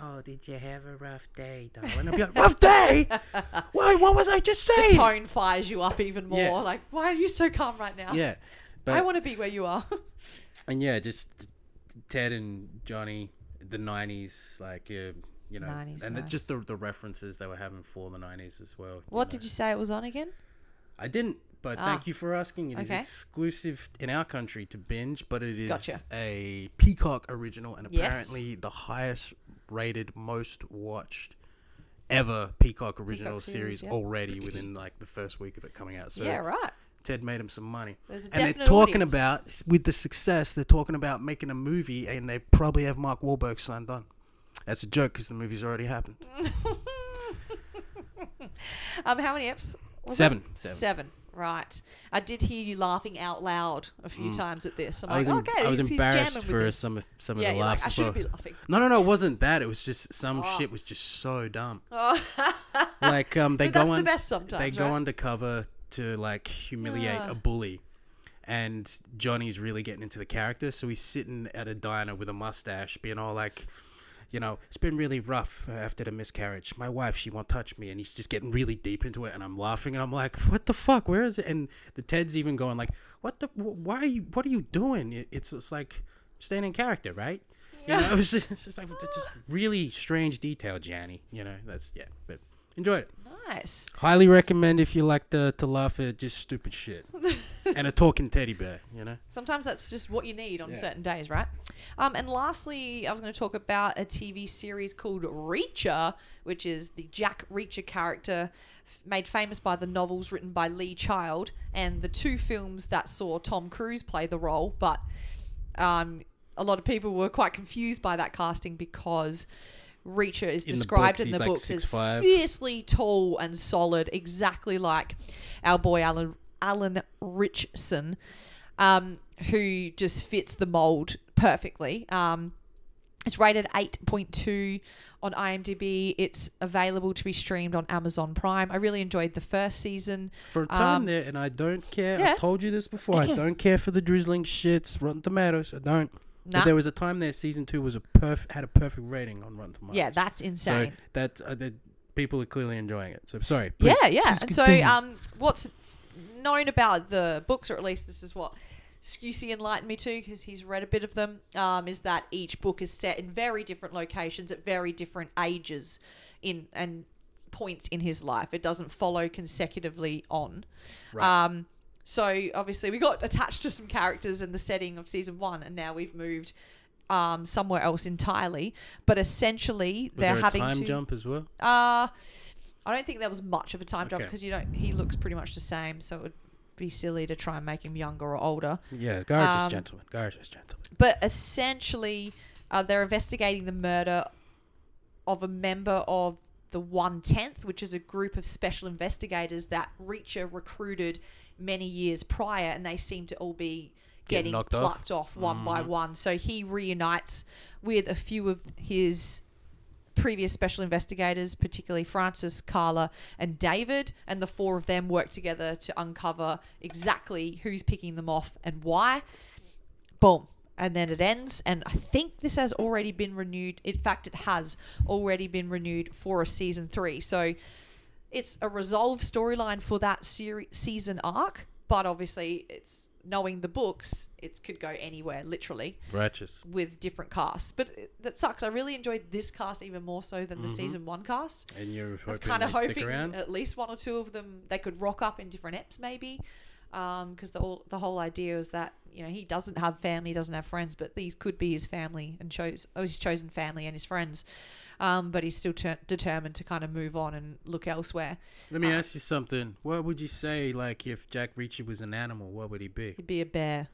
oh did you have a rough day though and i'll be like rough day why what was i just saying
Tone fires you up even more.
Yeah.
Like, why are you so calm right now?
yeah but
I want to be where you are.
and yeah just ted and johnny the 90s like uh, you know
90s,
and it-
nice.
just the, the references they were having for the 90s as well you
what
know.
did you say it was on again?
I didn't, but
Ah,
thank you for asking. It is
okay.
exclusive in our country to binge, but it is
Gotcha.
a Peacock original and
Yes.
apparently the highest rated, most watched ever Peacock original
Peacock
series,
series, yeah.
already within like the first week of it coming out. So
yeah, right.
Ted made him some money.
There's a
and they're
definite
talking
audience.
about, with the success, they're talking about making a movie and they probably have Mark Wahlberg signed on. That's a joke because the movie's already happened.
Um, how many eps? was it?
Seven. Seven.
Seven. Right. I did hear you laughing out loud a few times at this. I'm like,
em-
okay,
Mm. I was
he's, he's jamming
embarrassed
with
for
this.
some of, some of
Yeah,
the
you're like,
laughs.
I
as
shouldn't
well.
be laughing. Oh.
No, no, no, it wasn't that. It was just some shit was just so dumb. like um, they
But
go
that's the
on.
best sometimes,
they go
right?
undercover to like humiliate a bully, and Johnny's really getting into the character. So he's sitting at a diner with a mustache, being all like. You know, it's been really rough uh, after the miscarriage. My wife, she won't touch me, and he's just getting really deep into it. And I'm laughing, and I'm like, "What the fuck? Where is it?" And the Ted's even going like, "What the? Wh- why? Are you, what are you doing?" It- It's it's like staying in character, right? You know, it was just, it's just like that's just really strange detail, Janny. You know, that's yeah, but enjoyed it.
Nice.
Highly recommend if you like to to laugh at just stupid shit and a talking teddy bear. You know,
Sometimes that's just what you need on
Yeah.
certain days, right? Um, and lastly, I was going to talk about a TV series called Reacher, which is the Jack Reacher character f- made famous by the novels written by Lee Child and the two films that saw Tom Cruise play the role. But um, a lot of people were quite confused by that casting because Reacher is
the
described
books,
in
he's
the
like
books as
6'5".
fiercely tall and solid, exactly like our boy Alan Alan Richson, um, who just fits the mold perfectly. Um, it's rated 8.2 on IMDb. It's available to be streamed on Amazon Prime. I really enjoyed the first season.
for a time
Um,
there, and I don't care.
yeah.
I've told you this before. I don't care for the drizzling shits, Rotten Tomatoes. I don't. But
Nah.
there was a time there, season two was a perf had a perfect rating on Rotten Tomatoes.
Yeah, that's
so
insane.
that uh, the people are clearly enjoying it. So sorry. please-
yeah, yeah.
please
And so,
continue.
um, what's known about the books, or at least this is what Scusi enlightened me to, because he's read a bit of them, um, is that each book is set in very different locations at very different ages, in and points in his life. It doesn't follow consecutively on.
Right.
Um, so obviously we got attached to some characters in the setting of season one, and now we've moved um, somewhere else entirely. But essentially,
was
they're
there a
having
time
to
jump as well?
uh, I don't think there was much of a time jump
Okay.
because you don't. He looks pretty much the same, so it would be silly to try and make him younger or older.
Yeah, gorgeous
Um,
gentleman, gorgeous gentleman.
But essentially, uh, they're investigating the murder of a member of the One Tenth, which is a group of special investigators that Reacher recruited many years prior, and they seem to all be getting
knocked
plucked off, Mm-hmm. one by one. So he reunites with a few of his previous special investigators, particularly Francis, Carla, and David, and the four of them work together to uncover exactly who's picking them off and why. Boom. And then it ends. And I think this has already been renewed. In fact, it has already been renewed for a season three. So it's a resolved storyline for that seri- season arc. But obviously, it's knowing the books, it could go anywhere, literally
Righteous.
with different casts. But it- that sucks. I really enjoyed this cast even more so than the season one cast.
And you're
I was
hoping
kind
they
of hoping
stick around.
at least one or two of them they could rock up in different eps, maybe. Because the all the whole idea is that you know he doesn't have family, doesn't have friends, but these could be his family and chose oh his chosen family and his friends. Um, but he's still ter- determined to kind of move on and look elsewhere.
Let me ask you something. What would you say, like, if Jack Reacher was an animal, what would he be?
He'd be a bear.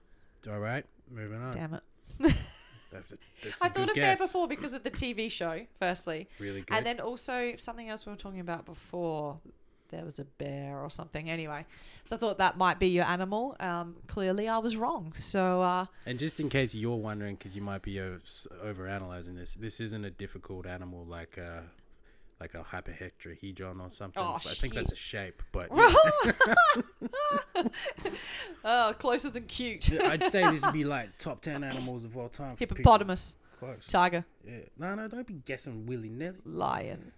All right, moving on.
Damn it.
That's a- that's
I
a
thought
good
of
guess.
bear before because of the TV show, firstly.
Really good.
And then also something else we were talking about before. There was a bear or something. Anyway, so I thought that might be your animal. Um, clearly, I was wrong. So uh,
And just in case you're wondering, because you might be o- s- overanalyzing this, this isn't a difficult animal like a like a hyperhectrahedron or something.
Oh,
But I think
shit.
that's a shape, but
oh, closer than cute.
I'd say this would be like top ten animals of all time. for people.
Hippopotamus,
Close.
tiger,
Yeah. No, no, don't be guessing willy nilly.
lion.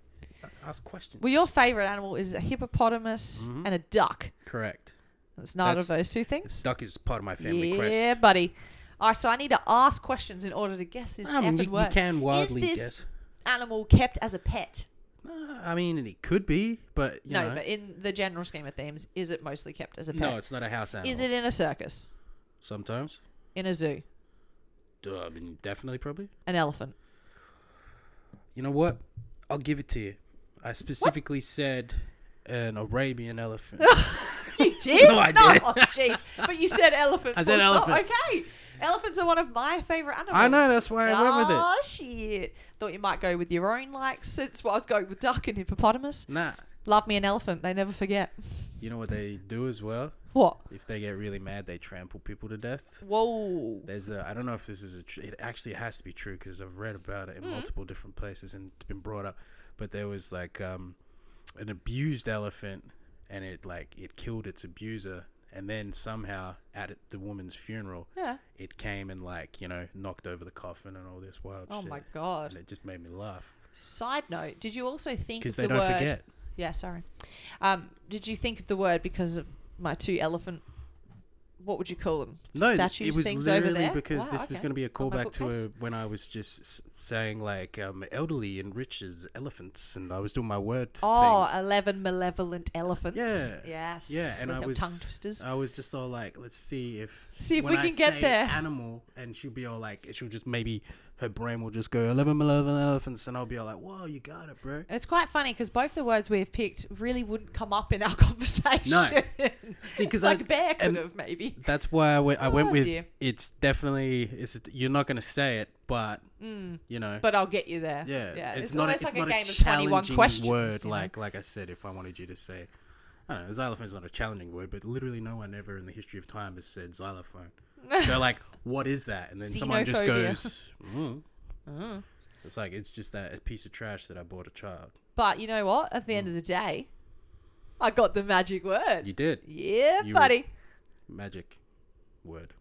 Ask questions.
Well, your favorite animal is a hippopotamus and a duck.
Correct.
It's neither of
Mm-hmm. That's-
those two things.
Duck is part of my family
yeah,
crest.
buddy. All right, so I need to ask questions in order to guess this
I mean,
effing
Um, you, you
word.
can wildly
this-
guess.
Animal kept as a pet.
No, I mean, it could be, but you
no,
know,
but in the general scheme of things, is it mostly kept as a pet?
no, it's not a house animal.
Is it in a circus?
Sometimes.
In a zoo?
Duh, I mean, definitely, probably.
An elephant?
You know what? I'll give it to you. I specifically said an Arabian elephant.
You did?
No, I did.
Oh, jeez. But you said elephant.
I said
full stop.
elephant.
Okay. Elephants are one of my favorite animals.
I know, that's why I went with it.
Oh, shit. Thought you might go with your own likes. That's why I was going with duck and hippopotamus.
nah.
Love me an elephant. They never forget.
You know what they do as well?
What?
If they get really mad, they trample people to death.
Whoa.
There's a, I don't know if this is a, tr- it actually has to be true because I've read about it in
Mm-hmm.
multiple different places and it's been brought up. But there was like um, an abused elephant and it like, it killed its abuser. And then somehow at the woman's funeral,
Yeah.
it came and like, you know, knocked over the coffin and all this wild
Oh,
shit.
my
And
God.
it just made me laugh.
Side note, did you also think
because
of
they
the
don't
word...
forget.
Yeah, sorry. Um, did you think of the word because of my two elephant? What would you call them?
No,
Statues,
it was
things over
literally
there?
because
Wow,
this was
okay.
going to be a
Oh, my
callback to
bookcase.
a, when I was just s- saying like um, elderly and riches elephants, and I was doing my word
Oh,
things.
11 malevolent elephants.
Yeah.
Yes.
yeah, and
with
I
them
was uh,
tongue twisters.
I was just all like, let's see if
See if
when
we
I
can get
say
there.
Animal, and she'll be all like, she'll just maybe her brain will just go eleven eleven elephants, and I'll be all like, whoa, you got it, bro.
it's quite funny because both the words we have picked really wouldn't come up in our conversation.
See, 'cause
like
I-
bear could
and-
have maybe.
That's why I went, I went
Oh,
with
dear.
it's definitely it's you're not gonna say it, but
Mm.
you know,
But I'll get you there.
Yeah,
yeah.
It's,
It's,
not. A,
almost
it's
like
not
a
a
game of twenty-one
challenging
questions.
word.
you know?
Like, like I said, if I wanted you to say, I don't know, xylophone's not a challenging word, but literally no one ever in the history of time has said xylophone. They're like, what is that? And then someone just
Xenophobia.
goes, mm. it's like it's just that a piece of trash that I bought a child.
But you know what? At the end of the day, I got the magic word.
You did
yeah,
you were-
buddy.
magic word.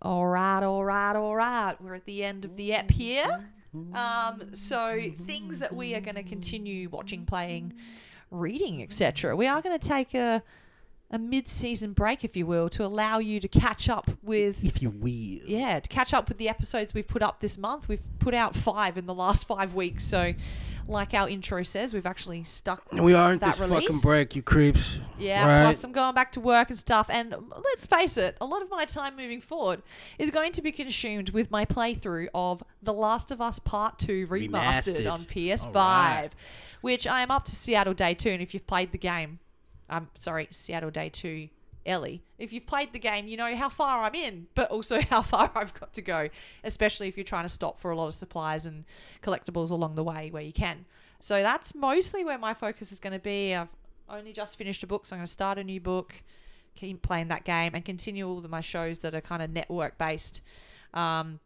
All right, all right, all right. We're at the end of the app here. Um, so things that we are going to continue watching, playing, reading, etc. We are going to take a a mid-season break, if you will, to allow you to catch up with
If you will.
yeah, to catch up with the episodes we've put up this month. We've put out five in the last five weeks. So, like our intro says, we've actually stuck.
And we aren't
that
this fucking
release.
break, you creeps.
Yeah,
right?
plus I'm going back to work and stuff. And let's face it, a lot of my time moving forward is going to be consumed with my playthrough of The Last of Us Part 2 Remastered,
Remastered.
on PS5,
Alright.
which I am up to Seattle Day 2. And if you've played the game, I'm sorry, Seattle Day 2. Ellie, if you've played the game, you know how far I'm in, but also how far I've got to go, especially if you're trying to stop for a lot of supplies and collectibles along the way where you can. So that's mostly where my focus is going to be. I've only just finished a book, so I'm going to start a new book, keep playing that game, and continue all of my shows that are kind of network based um,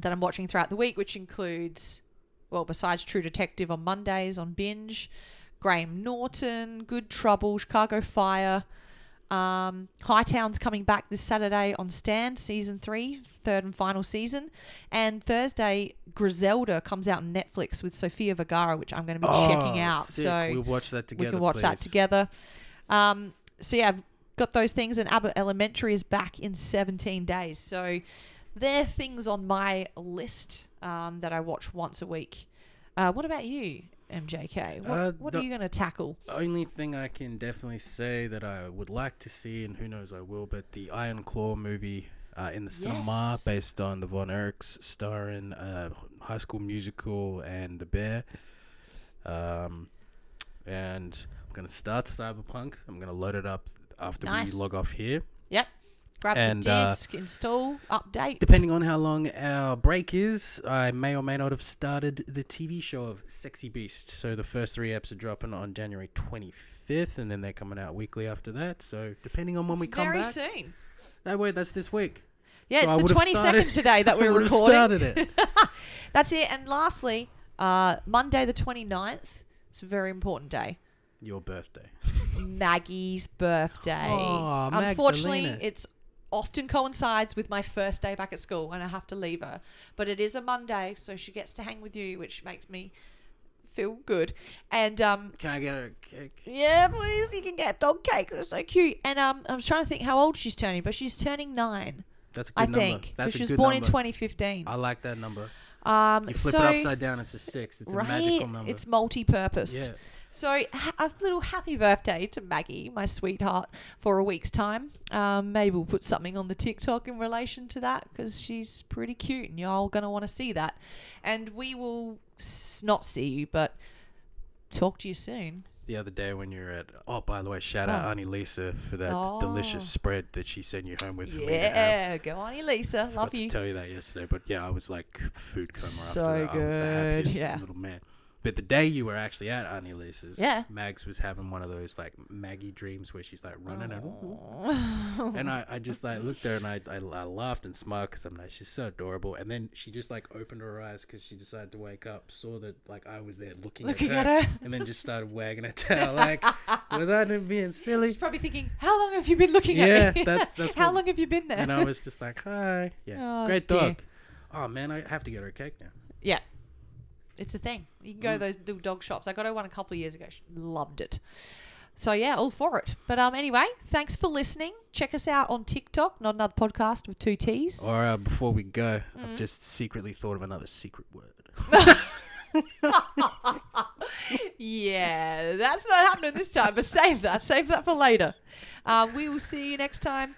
that I'm watching throughout the week, which includes, well, besides True Detective on Mondays on Binge, Graham Norton, Good Trouble, Chicago Fire. Um, Hightown's coming back this Saturday on Stand, season three, third and final season. And Thursday, Griselda comes out on Netflix with Sofia Vergara, which I'm going to be checking
Oh,
out.
sick.
So
we watch that together.
we can watch that
please.
together. Um, so yeah, I've got those things, and Abbott Elementary is back in 17 days. So they're things on my list um, that I watch once a week. Uh, what about you, MJK? What,
Uh,
what
the-
are you going to tackle?
Only thing I can definitely say that I would like to see, and who knows I will, but the Iron Claw movie uh, in the cinema
Yes.
based on the Von Erichs, starring uh, High School Musical and The Bear. Um, and I'm gonna start Cyberpunk. I'm gonna load it up after
Nice.
we log off here.
Yep. Grab
And,
the
uh,
disc, install, update.
Depending on how long our break is, I may or may not have started the TV show of Sexy Beast. So the first three eps are dropping on January 25th, and then they're coming out weekly after that. So depending on when
It's
we come
very
back,
soon.
that way that's this week.
Yeah,
So I
it's the
would've
22nd
started-
today that
I
we're
would've
recording.
started it.
That's it. And lastly, uh, Monday the 29th. It's a very important day.
Your birthday.
Maggie's birthday.
Aw,
Unfortunately,
Magdalena.
it's often coincides with my first day back at school and I have to leave her. But it is a Monday, so she gets to hang with you, which makes me feel good. And um
Can I get a cake?
yeah, please, you can get dog cakes. They're so cute. And um I'm trying to think how old she's turning, but she's turning 9,
That's a good
I
number.
think. 'cause
That's a
she was
good
born
number.
in 2015.
I like that number.
Um
You flip
so
it upside down, it's a six. It's
right,
a magical number.
it's multi-purposed.
yeah.
So, ha- a little happy birthday to Maggie, my sweetheart, for a week's time. Um, maybe we'll put something on the TikTok in relation to that because she's pretty cute and y'all going to want to see that. And we will s- not see you, but talk to you soon.
the other day when you were at oh by the way shout out auntie lisa for that delicious
Oh.
spread that she sent you home with for me to have.
Yeah, go on, Elisa.
forgot
Love
to
you.
tell you that yesterday but yeah i was like food coma
So
after that. i was the
good,
happiest
yeah.
little man but the day you were actually at auntie lisa's
Yeah.
mags was having one of those like maggie dreams where she's like running and and I, I just like looked there and I, I, I laughed and smiled because I'm like she's so adorable and then she just like opened her eyes because she decided to wake up saw that like I was there looking,
Looking
at,
at
her,
her.
and then just started wagging her tail like was I being silly
She's probably thinking, how long have you been looking
Yeah,
at me?
that's- that's
how
what-
long have you been there?
and I was just like hi yeah
Oh,
great
dear.
dog oh man I have to get her a cake now
Yeah. It's a thing. You can go to those little dog shops. I got her one a couple of years ago. She loved it. So yeah, all for it. But um anyway, thanks for listening. Check us out on TikTok, not another podcast with two T's.
Or uh, before we go,
Mm-hmm.
I've just secretly thought of another secret word.
Oh. Yeah, that's not happening this time, but save that. Save that for later. Um, we will see you next time.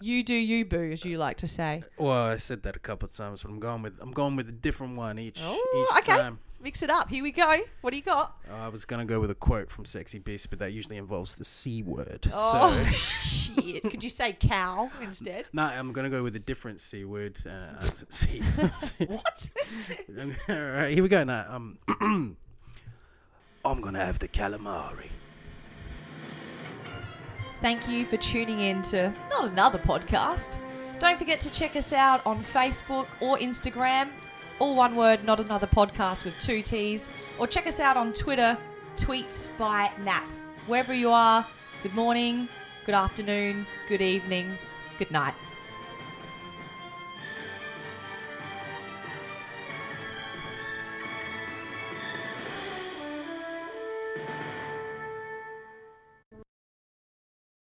You do you boo, as you like to say.
Well, I said that a couple of times, but I'm going with I'm going with a different one each
Oh,
each
okay.
time.
Mix it up. Here we go. What do you got?
Uh, I was gonna go with a quote from Sexy Beast, but that usually involves the c word.
Oh
So
shit. Could you say cow instead?
no, I'm gonna go with a different c word. Uh, uh, c.
What?
All right, here we go now. Um, I'm gonna have the calamari.
Thank you for tuning in to not another podcast. Don't forget to check us out on Facebook or Instagram, all one word, not another podcast with two T's, or check us out on Twitter, tweets by Nap. Wherever you are, good morning, good afternoon, good evening, good night.